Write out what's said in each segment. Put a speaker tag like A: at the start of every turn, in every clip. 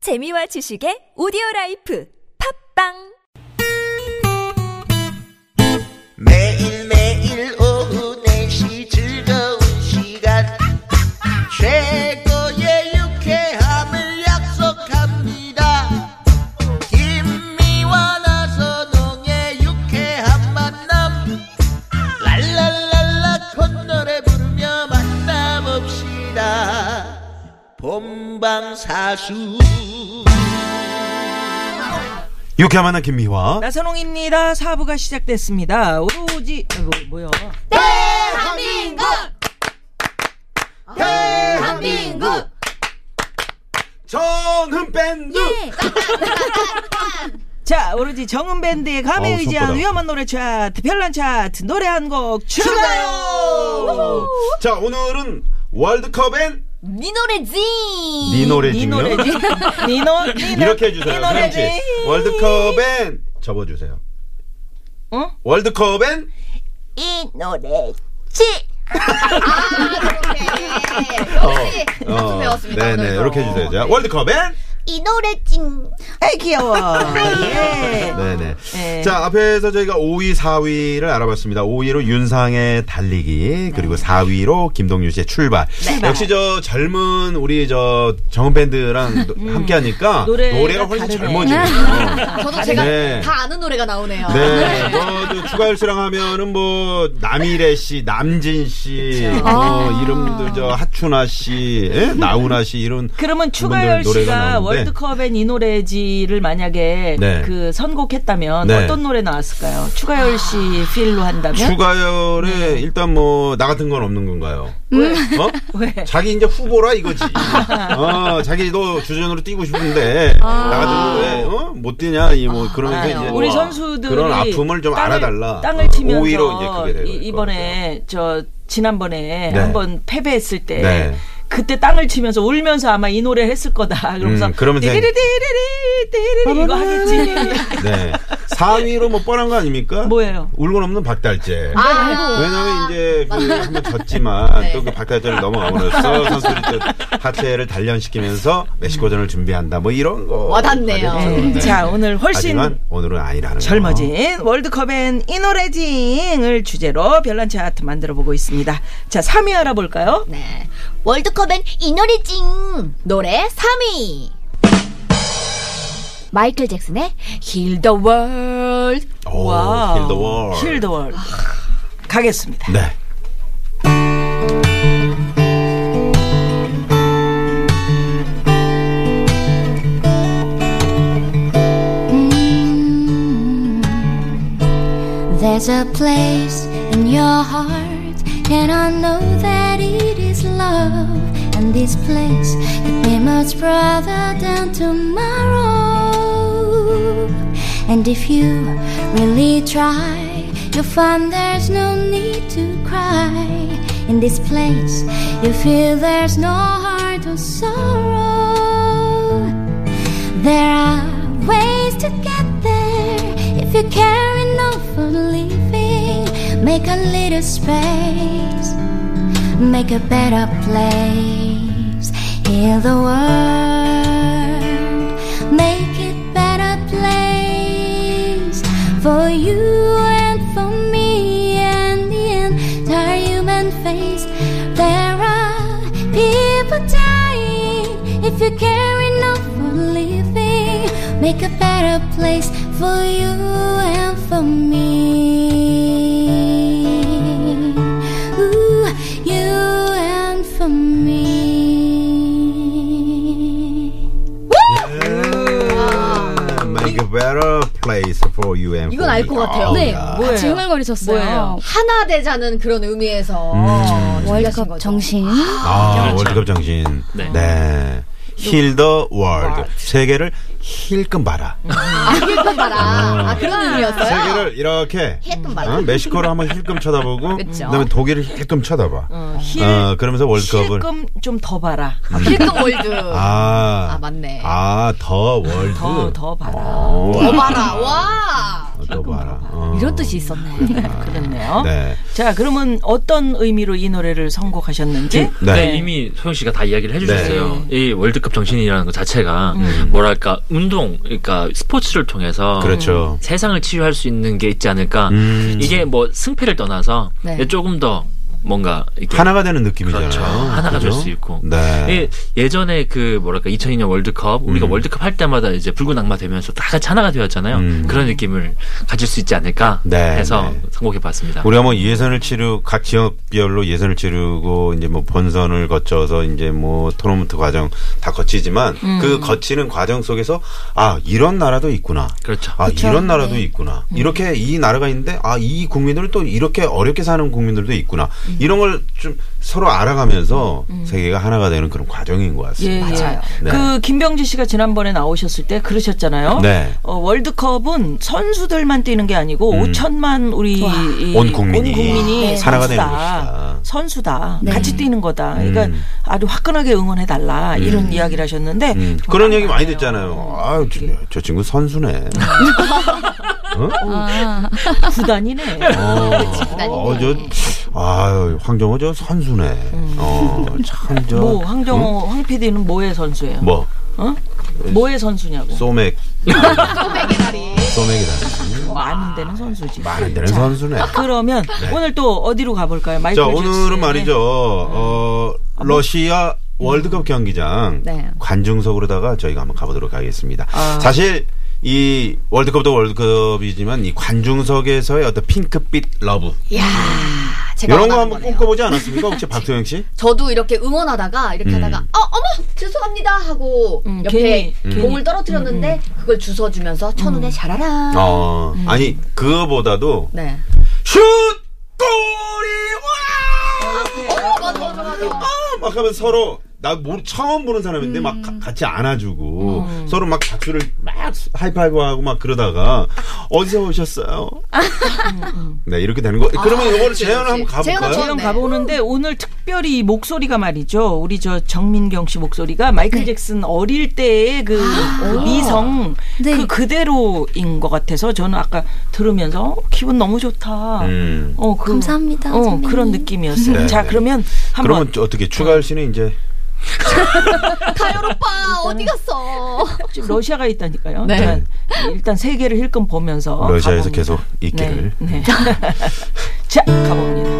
A: 재미와 지식의 오디오 라이프 팝빵
B: 매일매일 오후 4시 즐거운 시간 최고의 유쾌함을 약속합니다 김미와 나선홍의 유쾌한 만남 랄랄랄라 콧노래 부르며 만남없시다 본방사수
C: 유쾌한 만남 김미화.
D: 네. 나선홍입니다. 사부가 시작됐습니다. 오로지 아, 뭐, 뭐야?
E: 대한민국! 대한민국!
C: 저는 밴드.
D: 자, 오로지 정은 밴드의 감에
C: 아우,
D: 의지한
C: 손바닥.
D: 위험한 노래 차트, 별난 차트, 노래 한 곡 추가요.
C: 자 오늘은 월드컵엔
F: 네
E: 니 노래지!
C: 니
D: 니
C: 노래지요.
D: 노래지. 니 노, 니 노-
C: 이렇게
D: 니
C: 해주세요.
D: 노래지.
C: 그렇지. 월드컵엔 접어주세요.
D: 응?
C: 월드컵엔
E: 이 노래지!
C: 어, 어, 네네 이렇게 해주세요. 자, 월드컵엔
E: 이 노래지!
D: 아이, 귀여워. 예.
C: 네네.
D: 네.
C: 자 앞에서 저희가 5위, 4위를 알아봤습니다. 5위로 윤상의 달리기
D: 네.
C: 그리고 4위로 김동률 씨의 출발. 역시 저 젊은 우리 저 정은 밴드랑 노- 함께하니까
D: 음. 노래가
C: 노래가, 훨씬
D: 다르네.
C: 젊어지네요.
F: 저도 제가
C: 네.
F: 다 아는 노래가 나오네요.
C: 네, 뭐저 추가열 씨랑 하면은 뭐 남일애 씨, 남진 씨, 뭐 이름들 저 하춘아 씨, 예? 나훈아 씨 이런
D: 그러면
C: 분들
D: 추가열 씨가
C: 나오는데
D: 월드컵엔 이 노래지를 만약에
C: 네.
D: 그 선곡했다면
C: 네.
D: 어떤 노래 나왔을까요? 추가열 씨 필로 한다면?
C: 추가열에
D: 네.
C: 일단 뭐 나 같은 건 없는 건가요? 어?
D: 왜?
C: 자기 이제 후보라 이거지. 어, 자기도 주전으로 뛰고 싶은데 나 같은 거왜 어? 못 뛰냐 이 뭐 그러면서 이제
D: 아. 우리
C: 와,
D: 선수들이
C: 그런 아픔을 좀
D: 땅을-
C: 알아달라. 어.
D: 땅을 치면서
C: 오히려 이제 그게 되는
D: 이, 번에저 지난번에
C: 네.
D: 한번 패배했을 때
C: 네.
D: 그때 땅을 치면서 울면서 아마 이 노래 했을 거다. 그러면서
C: 음, 그러면서
D: 띠리리리리리 띠리리리 이거 하겠지.
C: 네. 4위로 뭐 뻔한 거 아닙니까?
D: 뭐예요?
C: 울고 넘는 박달재.
F: 아이고.
C: 왜냐면 이제 그
D: 아.
C: 한번 졌지만
D: 네.
C: 또 그 박달재를 넘어가므로써 선수들이 또 하체를 단련시키면서 멕시코전을 준비한다 뭐 이런 거.
F: 와닿네요.
C: 하겠죠. 네.
D: 자 오늘 훨씬
C: 하지만 오늘은 아니라는 거.
D: 젊어진 월드컵엔 이 노래징을 주제로 별난 차트 만들어 보고 있습니다. 자 3위 알아볼까요?
F: 네. 월드컵엔 이 노래지! 노래 3위! 마이클 잭슨의 Heal the World.
C: 오, 힐 더 월.
D: 힐더 월. 가겠습니다.
C: 네.
G: Mm. There's a place in your heart, and I know that it is love. And this place could be much brighter than tomorrow. And if you really try, you'll find there's no need to cry. In this place, you feel there's no heart or sorrow. There are ways to get there if you care enough for living. Make a little space, make a better place. Heal the world, make it better place for you and for me and the entire human face. There are people dying if you care enough for living. Make a better place for you and for me. Ooh, you and for me.
C: Make a better place for you and
F: 이건
C: for
F: 알
C: me.
F: 것 같아요.
C: 아,
F: 네.
C: 야.
D: 뭐예요?
E: 같이 흥얼거리셨어요.
D: 뭐예요?
F: 하나 되자는 그런 의미에서.
G: 음.
F: 준비하신
G: 월드컵
F: 거죠.
G: 정신.
C: 아, 월드컵 정신. 네. 힐 더 월드. 세계를 힐끔 봐라. 음.
F: 아, 힐끔 봐라. 아, 그런 의미였어요?
C: 세계를 이렇게
F: 힐끔 봐라.
C: 어? 멕시코를 한번 힐끔 쳐다보고
F: 그쵸.
C: 그다음에 독일을 힐끔 쳐다봐. 어,
D: 힐
C: 그러면서 월드컵을
D: 힐끔 좀 더 봐라.
F: 힐끔 월드.
C: 아,
F: 아, 맞네.
C: 아, 더 월드.
D: 더 더 봐라.
C: 어.
F: 더 봐라. 와!
C: 또 봐라. 어.
F: 이런 뜻이 있었네.
D: 그렇네요.
C: 네.
D: 자, 그러면 어떤 의미로 이 노래를 선곡하셨는지?
C: 네.
H: 네. 이미 소영 씨가 다 이야기를 해주셨어요. 이 월드컵 정신이라는 것 자체가 뭐랄까 운동, 그러니까 스포츠를 통해서
C: 음. 그렇죠.
H: 세상을 치유할 수 있는 게 있지 않을까.
C: 음.
H: 이게 뭐 승패를 떠나서
F: 네.
H: 조금 더 뭔가 이렇게
C: 하나가 되는 느낌이잖아요.
H: 그렇죠. 하나가 될
C: 그죠?
H: 수 있고.
C: 네.
H: 예, 예전에 그 뭐랄까 2002년 월드컵 우리가
C: 음.
H: 월드컵 할 때마다 이제 붉은 악마 되면서 다 같이 하나가 되었잖아요.
C: 음.
H: 그런 느낌을 가질 수 있지 않을까
C: 네,
H: 해서
C: 네.
H: 선곡해봤습니다.
C: 우리가 뭐 예선을 치르 각 지역별로 예선을 치르고 이제 뭐 본선을 거쳐서 이제 뭐 토너먼트 과정 다 거치지만
H: 음.
C: 그 거치는 과정 속에서 아 이런 나라도 있구나.
H: 그렇죠. 음.
C: 아 이런 나라도 있구나. 이렇게 이 나라가 있는데 아 이 국민들은 또 이렇게 어렵게 사는 국민들도 있구나.
H: 음.
C: 이런 걸 좀 서로 알아가면서 세계가 하나가 되는 그런 과정인 것
D: 예,
C: 같습니다.
D: 맞아요.
C: 네.
D: 그 김병지 씨가 지난번에 나오셨을 때 그러셨잖아요.
C: 네.
D: 어, 월드컵은 선수들만 뛰는 게 아니고
C: 음.
D: 5천만 우리 이-
C: 온 국민이
D: 온 국민이
C: 네. 하나가 되는 것이다.
D: 선수다. 선수다. 같이 뛰는 거다. 그러니까
C: 음.
D: 아주 화끈하게 응원해 달라 이런 이야기를 하셨는데
C: 음,
D: 정말
C: 그런 얘기 많이
D: 맞아요.
C: 듣잖아요. 아유, 저, 저 친구 선수네.
D: 음. 구단이네.
C: 어, 저, 아유, 황정호 저 선수네. 어, 참, 저.
D: 음. 뭐 황정호 황 PD는 뭐의 선수예요? 뭐.
C: 뭐,
D: 어? 뭐의 선수냐고.
C: 소맥. 소맥의 다리. 소맥의 다리.
D: 뭐 아는 데는 선수지.
C: 많은 데는 선수네.
D: 그러면 오늘 또 어디로 가볼까요? 마이클
C: 자, 오늘은
D: 잭슨의 네.
C: 말이죠. 어,
D: 뭐?
C: 러시아
D: 음.
C: 월드컵 경기장
F: 네.
C: 관중석으로다가 저희가 한번 가보도록 하겠습니다.
D: 아.
C: 사실 이 월드컵도 월드컵이지만 이 관중석에서의 어떤 핑크빛 러브
F: 이야, 제가
C: 음. 이런 거
F: 원하는
C: 한번
F: 거네요. 음.
C: 꿈꿔보지 않았습니까? 혹시 박소영 씨?
F: 저도 이렇게 응원하다가 이렇게 하다가
C: 음.
F: 어 어머 죄송합니다 하고
D: 음,
F: 옆에
D: 괜히,
F: 공을 떨어뜨렸는데 그걸 주워주면서 천운에 잘하라.
C: 어, 아니 그거보다도
F: 네.
C: 슛 골이
F: 어 맞아 맞아 맞아.
C: 와막 하면 서로 나 모르- 처음 보는 사람인데 막 가- 같이 안아주고 서로 막 박수를 막 하이파이브하고 막 그러다가 어디서 오셨어요? 네 이렇게 되는 거. 그러면 이거를 재현을 한번
F: 재현은
C: 가볼까요?
F: 저는
D: 지금
F: 네.
D: 가보는데 오늘 특별히 이 목소리가 말이죠. 우리 저 정민경 씨 목소리가 마이클 잭슨 어릴 때의 그, 그 미성
G: 아. 네.
D: 그 그대로인 것 같아서 저는 아까 들으면서 어, 기분 너무 좋다.
C: 음.
D: 어, 그,
G: 감사합니다,
D: 어,
G: 선배님.
D: 그런 느낌이었어요.
C: 네,
D: 자,
C: 네.
D: 그러면 한번
C: 그러면 저 어떻게 추가할 씨는 이제
F: 다열 오빠 어디 갔어?
D: 지금 러시아가 있다니까요.
G: 네.
D: 자, 일단 세계를 힐끔 보면서
C: 러시아에서
D: 어, 가봅니다.
C: 계속 있기를.
D: 네. 네. 자, 가봅니다.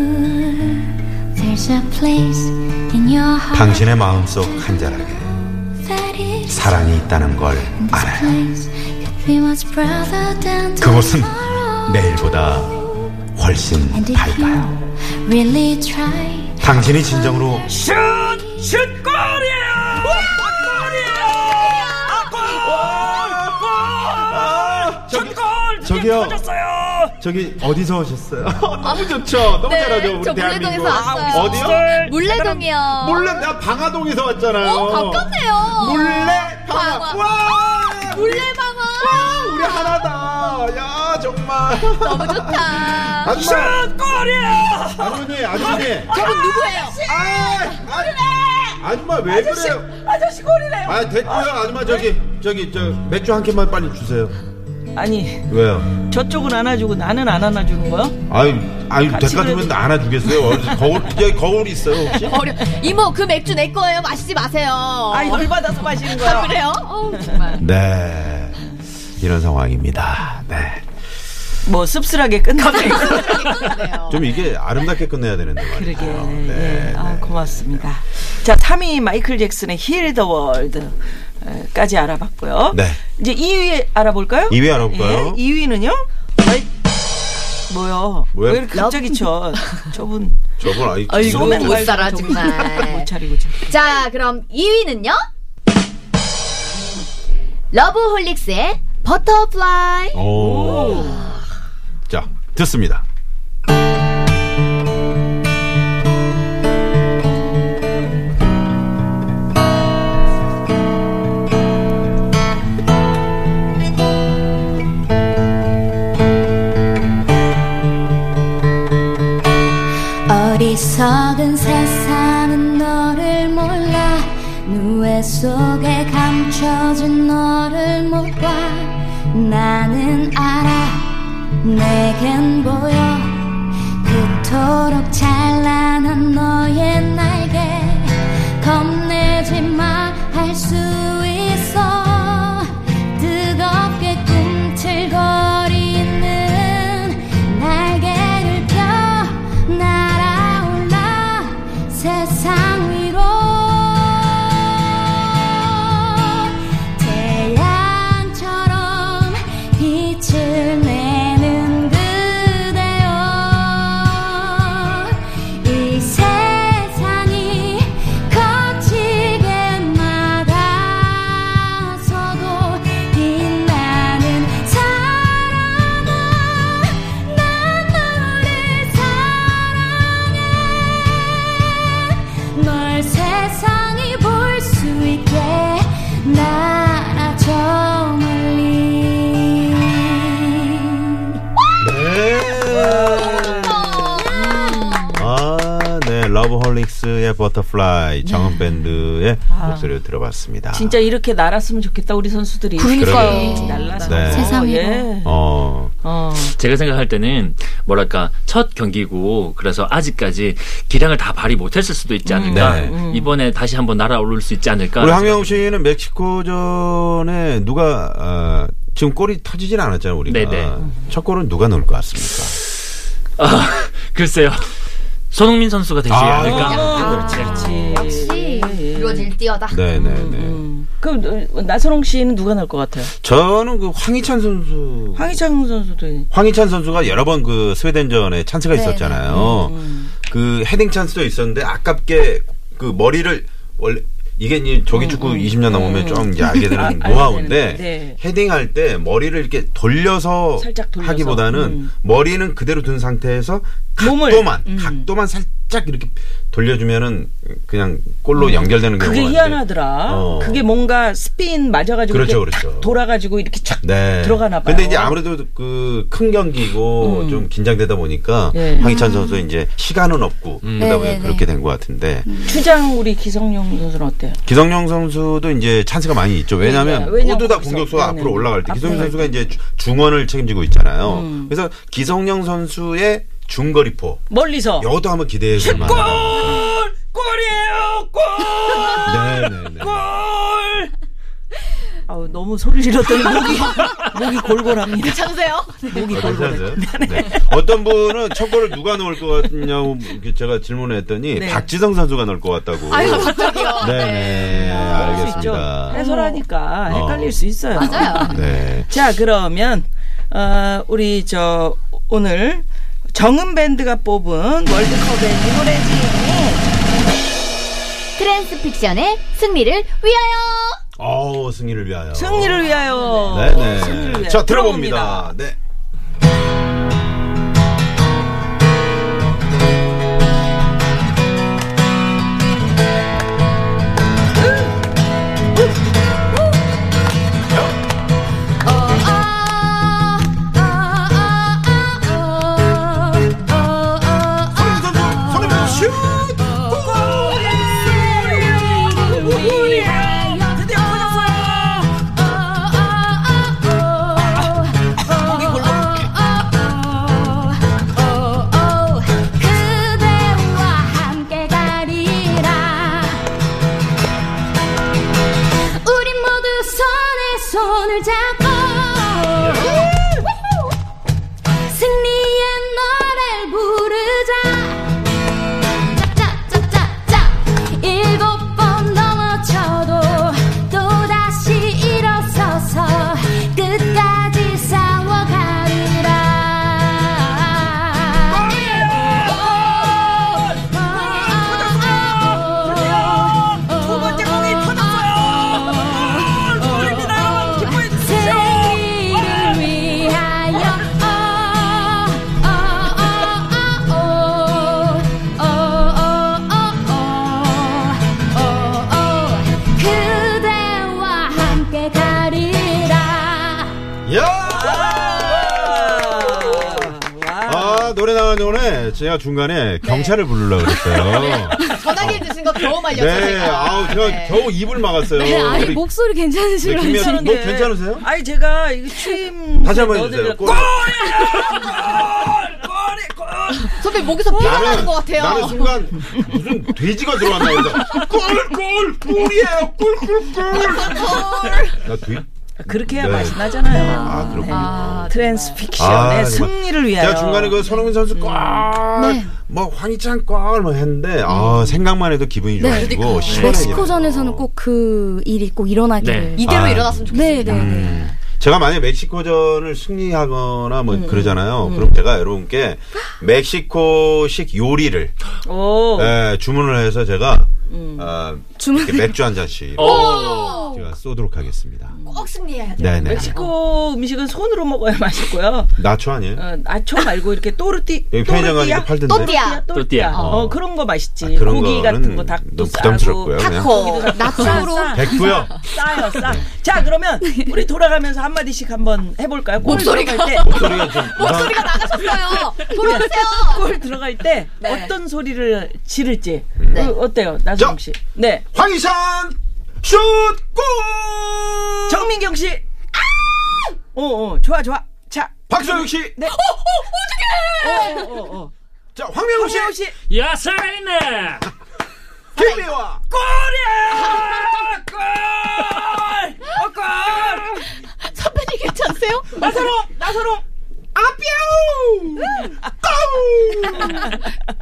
G: Ooh, there's a place in your heart
C: 당신의 마음속 한자락에
G: that is
C: 사랑이 있다는 걸 알아요.
G: place that we must brother than
C: 그곳은
G: tomorrow.
C: 내일보다 훨씬
G: And if
C: 밝아요.
G: you really try
C: 당신이 진정으로 아, 저기요. 저기 어디서 오셨어요? 너무 좋죠. 너무
F: 네,
C: 잘하죠. 우리
F: 저
C: 대한민국. 아,
F: 물레동에서 왔어요.
C: 어디요?
F: 물레동이요.
C: 몰래 나 방화동에서 왔잖아요.
F: 어, 가깝네요.
C: 몰래 방화.
F: 방화.
C: 와!
F: 물레방아.
C: 우리 하나다. 야, 정말.
F: 너무 어, 좋다.
C: 아줌마. 아주머니, 아주머니.
F: 저분 누구예요?
C: 아, 아, 줌마왜 그래요?
D: 아저씨 꼬리래요.
C: 아 됐고요 아줌마 저기 저기 저 맥주 한 캔만 빨리 주세요.
D: 아니,
C: 왜요?
D: 저쪽은 안아주고 나는 안 안아주는 거야?
C: 아유 아유
D: 같이
C: 대가주면
D: 그래도-
C: 안아주겠어요. 어디 거울 여기 거울 있어요 혹시?
F: 어려. 이모 그 맥주 내 거예요. 마시지 마세요.
D: 아이 어. 열받아서 마시는
F: 아,
D: 거야.
F: 그래요? 어우, 정말.
C: 네 이런 상황입니다. 네.
D: 뭐 씁쓸하게 끝나네.
F: 그래요.
C: 좀 이게 아름답게 끝내야 되는데 말이죠.
D: 그러게.
C: 네.
D: 예. 아, 고맙습니다. 자, 3위 마이클 잭슨의 힐 더 월드. 까지 알아봤고요.
C: 네.
D: 이제 2위 알아볼까요? 예,
C: 2위 알아볼까요?
D: 2위는요? 뭐요?
C: 뭐야?
D: 왜 이렇게 갑자기 저 저분
C: 저분 아이
D: 아이고.
C: 저분
D: 소맥
F: 못
D: 말고
F: 살아,
D: 저분
F: 정말.
D: 못 차리고 저.
F: 자, 그럼 2위는요? 러브홀릭스의 버터플라이.
C: 오. 자, 듣습니다.
G: 어리석은 세상 무대 속에 감춰진 너를 못 봐 나는 알아 내겐 보여 그토록 찬란한 너의 날개 겁내지 마 할 수 있어 뜨겁게 꿈틀거리는 날개를 펴 날아올라 세상 위로 태양처럼 빛을 내는 그대여 이 세상이 거칠게 막아서도 빛나는 사랑아 난 너를 사랑해 널 세상이 볼 수 있게 날아줘 멀리
C: 아, 네. 러브홀릭스의 버터플라이 정은 밴드의 목소리를 들어봤습니다.
D: 네. 아. 진짜 이렇게 날았으면 좋겠다 우리 선수들이.
C: 그러니까요.
D: 그렇게 날라서
C: 네.
D: 세상에.
C: 어.
D: 어.
H: 제가 생각할 때는 뭐랄까 첫 경기고 그래서 아직까지 기량을 다 발휘 못했을 수도 있지 않을까
C: 네.
H: 이번에 다시 한번 날아오를 수 있지 않을까
C: 우리 황영우 씨는 멕시코전에 누가 어, 지금 골이 터지진 않았잖아요, 우리가.
H: 네네.
C: 첫 골은 누가 넣을 것 같습니까?
H: 아, 글쎄요 손흥민 선수가 되지
C: 아,
H: 않을까
D: 그렇지, 그렇지.
F: 예,
D: 역시.
F: 이루어질 띄어다.
C: 네네네.
D: 예. 음, 그럼 어, 나선홍 씨는 누가 날 것 같아요?
C: 저는 그 황희찬 선수.
D: 황희찬 선수도.
C: 황희찬 선수가 여러 번 그 스웨덴전에 찬스가
D: 네,
C: 있었잖아요.
D: 음,
C: 그 헤딩 찬스도 있었는데 아깝게 그 머리를 원래 이게 이제 저기 축구 20년 넘으면 좀 이제 알게 되는
D: 아, 음, 알게
C: 노하우인데
D: 되는데, 네.
C: 헤딩할 때 머리를 이렇게 돌려서,
D: 살짝 돌려서.
C: 하기보다는
D: 음.
C: 머리는 그대로 둔 상태에서
D: 몸을. 음.
C: 각도만 각도만 살짝 이렇게 돌려주면은 그냥 골로 연결되는 경우가
D: 음. 그게
C: 있는데.
D: 희한하더라.
C: 어.
D: 그게 뭔가 스핀 맞아가지고
C: 그렇죠,
D: 이렇게 탁
C: 그렇죠.
D: 돌아가지고 이렇게 촥
C: 네.
D: 들어가나 봐요. 음.
C: 근데 이제 아무래도 그 큰 경기고 좀 긴장되다 보니까
D: 네.
C: 황희찬 선수 이제 시간은 없고 그러다 보니
F: 네네네.
C: 그렇게 된 것 같은데
D: 음. 추장 우리 기성용 선수는 어때요?
C: 기성용 선수도 이제 찬스가 많이 있죠. 왜냐하면
D: 네, 왜냐면
C: 모두 다
D: 거기서,
C: 공격수가
D: 네네.
C: 앞으로 올라갈 때 기성용
D: 앞으로 음.
C: 선수가 이제 주- 중원을 책임지고 있잖아요. 그래서 기성용 선수의 중거리포
D: 멀리서
C: 이것도 한번 기대해 볼 만하다.
D: 골! 골이에요! 골!
C: 네네네.
D: 골! 아우 너무 소리 질렀더니 목이 목이 골골합니다.
F: 장세요.
D: 목이
C: 어,
D: 골골해.
C: 괜찮으세요? 네. 어떤 분은 첫 골을 누가 넣을 것 같냐고 제가 질문을 했더니
D: 네.
C: 박지성 선수가 넣을 것 같다고.
F: 아유 갑자기요.
C: 네네 알겠습니다.
D: 해설하니까
C: 어.
D: 헷갈릴 수 있어요.
F: 맞아요.
C: 네.
D: 자 그러면 어, 우리 저 오늘 정은 밴드가 뽑은 월드컵의 노래지
F: 트랜스픽션의 승리를 위하여.
C: 어우 승리를 위하여.
D: 승리를 위하여.
C: 네네.
D: 승리를 위하여
C: 자 들어봅니다. 네.
G: 아,
D: 목이 골골.
G: 아,
C: 아, 노래 나가는 동안에 제가 중간에 경찰을 부르려고 그랬어요.
F: 전화기 드신 거 겨우 말렸어요.
C: 네,
F: 제가.
C: 아우 제가
F: 네.
C: 겨우 입을 막았어요.
G: 네,
I: 네, 아니
C: 우리
I: 목소리 괜찮으시면
C: 네, 김희아 씨, 뭐 괜찮으세요?
D: 아니 제가 이거 취임
C: 다시 한번
D: 넣어드려-
C: 해주세요.
D: 골!
C: 골!
D: 골이 골!
F: 선배 목에서 피가 나는 것 같아요.
C: 나는 순간 무슨 돼지가 들어왔나 그래서 꿀꿀 꿀이에요 꿀꿀꿀 나 돼?
D: 그렇게 해야
C: 네.
D: 맛이 나잖아요.
C: 아 그렇군요
D: 트랜스픽션의
C: 아, 정말.
D: 승리를 위하여.
C: 제가 중간에 그 손흥민 선수 꽉뭐 황희찬 꽉뭐 했는데 아 생각만 해도 기분이 좋아지고 시원해지고
I: 멕시코전에서는 꼭 그 일이 꼭 일어나기를.
H: 네.
F: 이대로
C: 아. 음.
F: 일어났으면 좋겠어요.
I: 네, 네, 네.
C: 제가 만약에 멕시코전을 승리하거나 뭐 그러잖아요 그럼 제가 여러분께 멕시코식 요리를
D: 오.
C: 예, 주문을 해서 제가 아, 이렇게 맥주 한 잔씩
H: 어, 오.
D: 어.
C: 제가 아, 쏘도록 하겠습니다
D: 음.
F: 꼭 승리해야 돼.
C: 네네
D: 멕시코 음식은 손으로 먹어야 맛있고요.
C: 나초 아니에요?
D: 어, 아초 말고 이렇게 또르띠
C: 여기 편의점 가니까
D: 또르띠야
C: 팔던데.
D: 또르띠야, 또르띠야.
H: 또르띠야.
D: 어,
C: 어.
D: 그런 거 맛있지.
C: 아, 그런
D: 고기
C: 거는
D: 같은 거 닭도
C: 너무
D: 싸고
C: 부담스럽고요, 그냥.
D: 닭고기도 싸고.
I: 나초로?
D: 싸, 싸.
C: 됐고요.
D: 싸요, 싸. 자, 그러면 우리 돌아가면서 한 마디씩 한번 해볼까요? 골 들어갈 때,
C: 목소리가 좀 이상-
F: 소리가 나가셨어요. 돌아오세요.
D: 네. 골 들어갈 때 어떤 소리를 지를지 그, 어때요,
C: 저.
D: 나수경 씨? 네,
C: 황희찬 슛골
D: 정민경 씨. 어, 어, 좋아, 좋아. 자,
C: 박소영 씨,
D: 네. 어, 어, 어떡해! 어, 어, 어.
C: 자 황명우 씨,
D: 황세호 씨.
H: 야사이네.
C: 김미화.
D: 골이야! 골! 어, 골!
F: 선배님 괜찮으세요?
D: 나서롱! 나서롱! 음.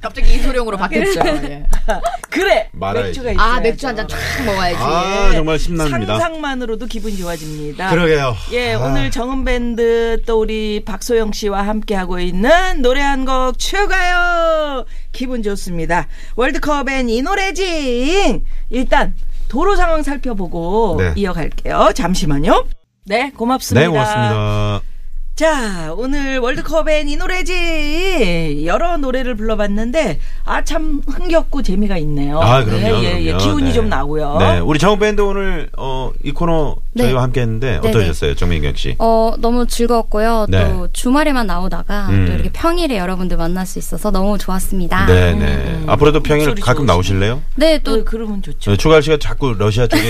F: 갑자기 이소룡으로 바뀌었죠. 예.
D: 아, 그래!
C: 말아야지.
D: 맥주가 있어요.
F: 아 맥주 한 잔 쫙 먹어야지.
C: 아 정말 신납니다.
D: 예. 상상만으로도 기분이 좋아집니다.
C: 그러게요.
D: 예,
C: 아,
D: 오늘 정은밴드 또 우리 박소영 씨와 함께하고 있는 노래 한 곡 추가요! 기분 좋습니다. 월드컵엔 이 노래지! 일단, 도로 상황 살펴보고
C: 네.
D: 이어갈게요. 잠시만요. 네, 고맙습니다.
C: 네 고맙습니다.
D: 자, 오늘 월드컵엔 이 노래지! 여러 노래를 불러봤는데, 아, 참 흥겹고 재미가 있네요.
C: 아 그럼요.
D: 예, 예, 예.
C: 그럼요.
D: 기운이
C: 네.
D: 좀 나고요.
C: 네 우리 정우 밴드 오늘 어, 이 코너
I: 네.
C: 저희와 함께했는데
I: 네,
C: 어떠셨어요, 정민경 씨?
I: 어, 너무 즐거웠고요.
C: 네.
I: 또 주말에만 나오다가
C: 음.
I: 또 이렇게 평일에 여러분들 만날 수 있어서 너무 좋았습니다.
C: 네네. 앞으로도 평일
D: 목소리
C: 가끔
D: 좋으시네.
C: 나오실래요?
I: 네, 또
D: 또, 그러면 좋죠.
C: 저 추가할 씨가 자꾸 러시아 쪽에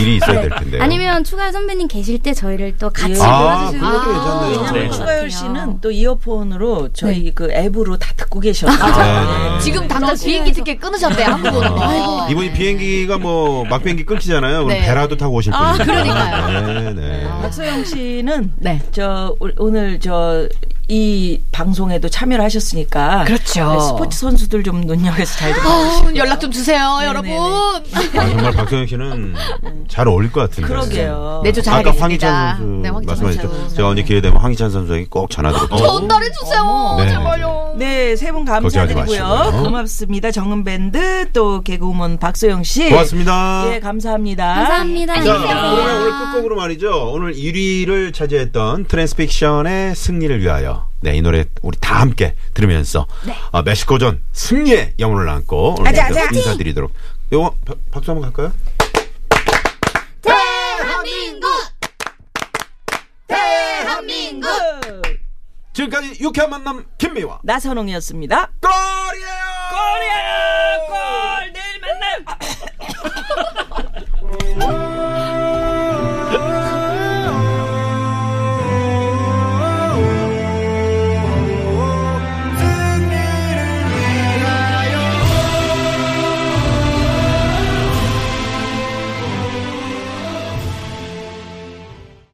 C: 일이 있어야 될 텐데.
I: 아니면 추가 선배님 계실 때 저희를 또 같이
C: 아,
I: 불러주시면
C: 그것도 괜찮네요.
D: 왜냐면
H: 네.
D: 추가열 씨는 또 이어폰으로 저희
F: 네.
D: 그 앱으로 다 듣고 계셔서
I: 아.
C: 네, 네.
F: 지금 당장 비행기 티켓 끊으셨대요. 한국 오는 거.
C: 아. 이분이 비행기가 뭐 막비행기 끊기잖아요. 그럼
F: 네.
C: 배라도 타고 오실
F: 아,
C: 분이에요.
F: 그러니까요.
C: 네, 네.
D: 박소영 씨는
F: 네.
D: 저 올- 오늘 저 이 방송에도 참여를 하셨으니까
F: 그렇죠.
D: 네, 스포츠 선수들 좀 눈여겨서 잘 들어주시고
F: 아, 연락 좀 주세요, 여러분.
C: 아, 정말 박소영 씨는 잘 어울릴 것 같은데.
D: 그러게요.
F: 내조
C: 아까
F: 네, 잘하겠습니다.
C: 황희찬 선수
F: 네, 어, 황희찬
C: 말씀하셨죠.
F: 선수.
C: 제가 언제 기회 되면 황희찬 선수에게 꼭 전화드릴게요.
F: 전달해 주세요.
C: 어? 네.
F: 제발요.
D: 네, 세 분
C: 걱정하지
D: 감사드리고요.
C: 마시고요.
D: 고맙습니다. 정은밴드 또 개그우먼 박소영 씨.
C: 어, 고맙습니다.
D: 예, 감사합니다.
I: 감사합니다.
C: 자, 그러면 오늘 끝곡으로 말이죠. 오늘 1위를 차지했던 트랜스픽션의 승리를 위하여. 네, 이 노래 우리 다 함께 들으면서 아, 멕시코전 승리의 영혼을 안고 오늘
D: 아자,
C: 여기서
D: 아자.
C: 인사드리도록. 요거 바- 박수 한번 갈까요?
E: 대한민국
D: 대한민국 음,
C: 지금까지 유쾌한 만남 김미화.
D: 나선홍이었습니다.
C: 골!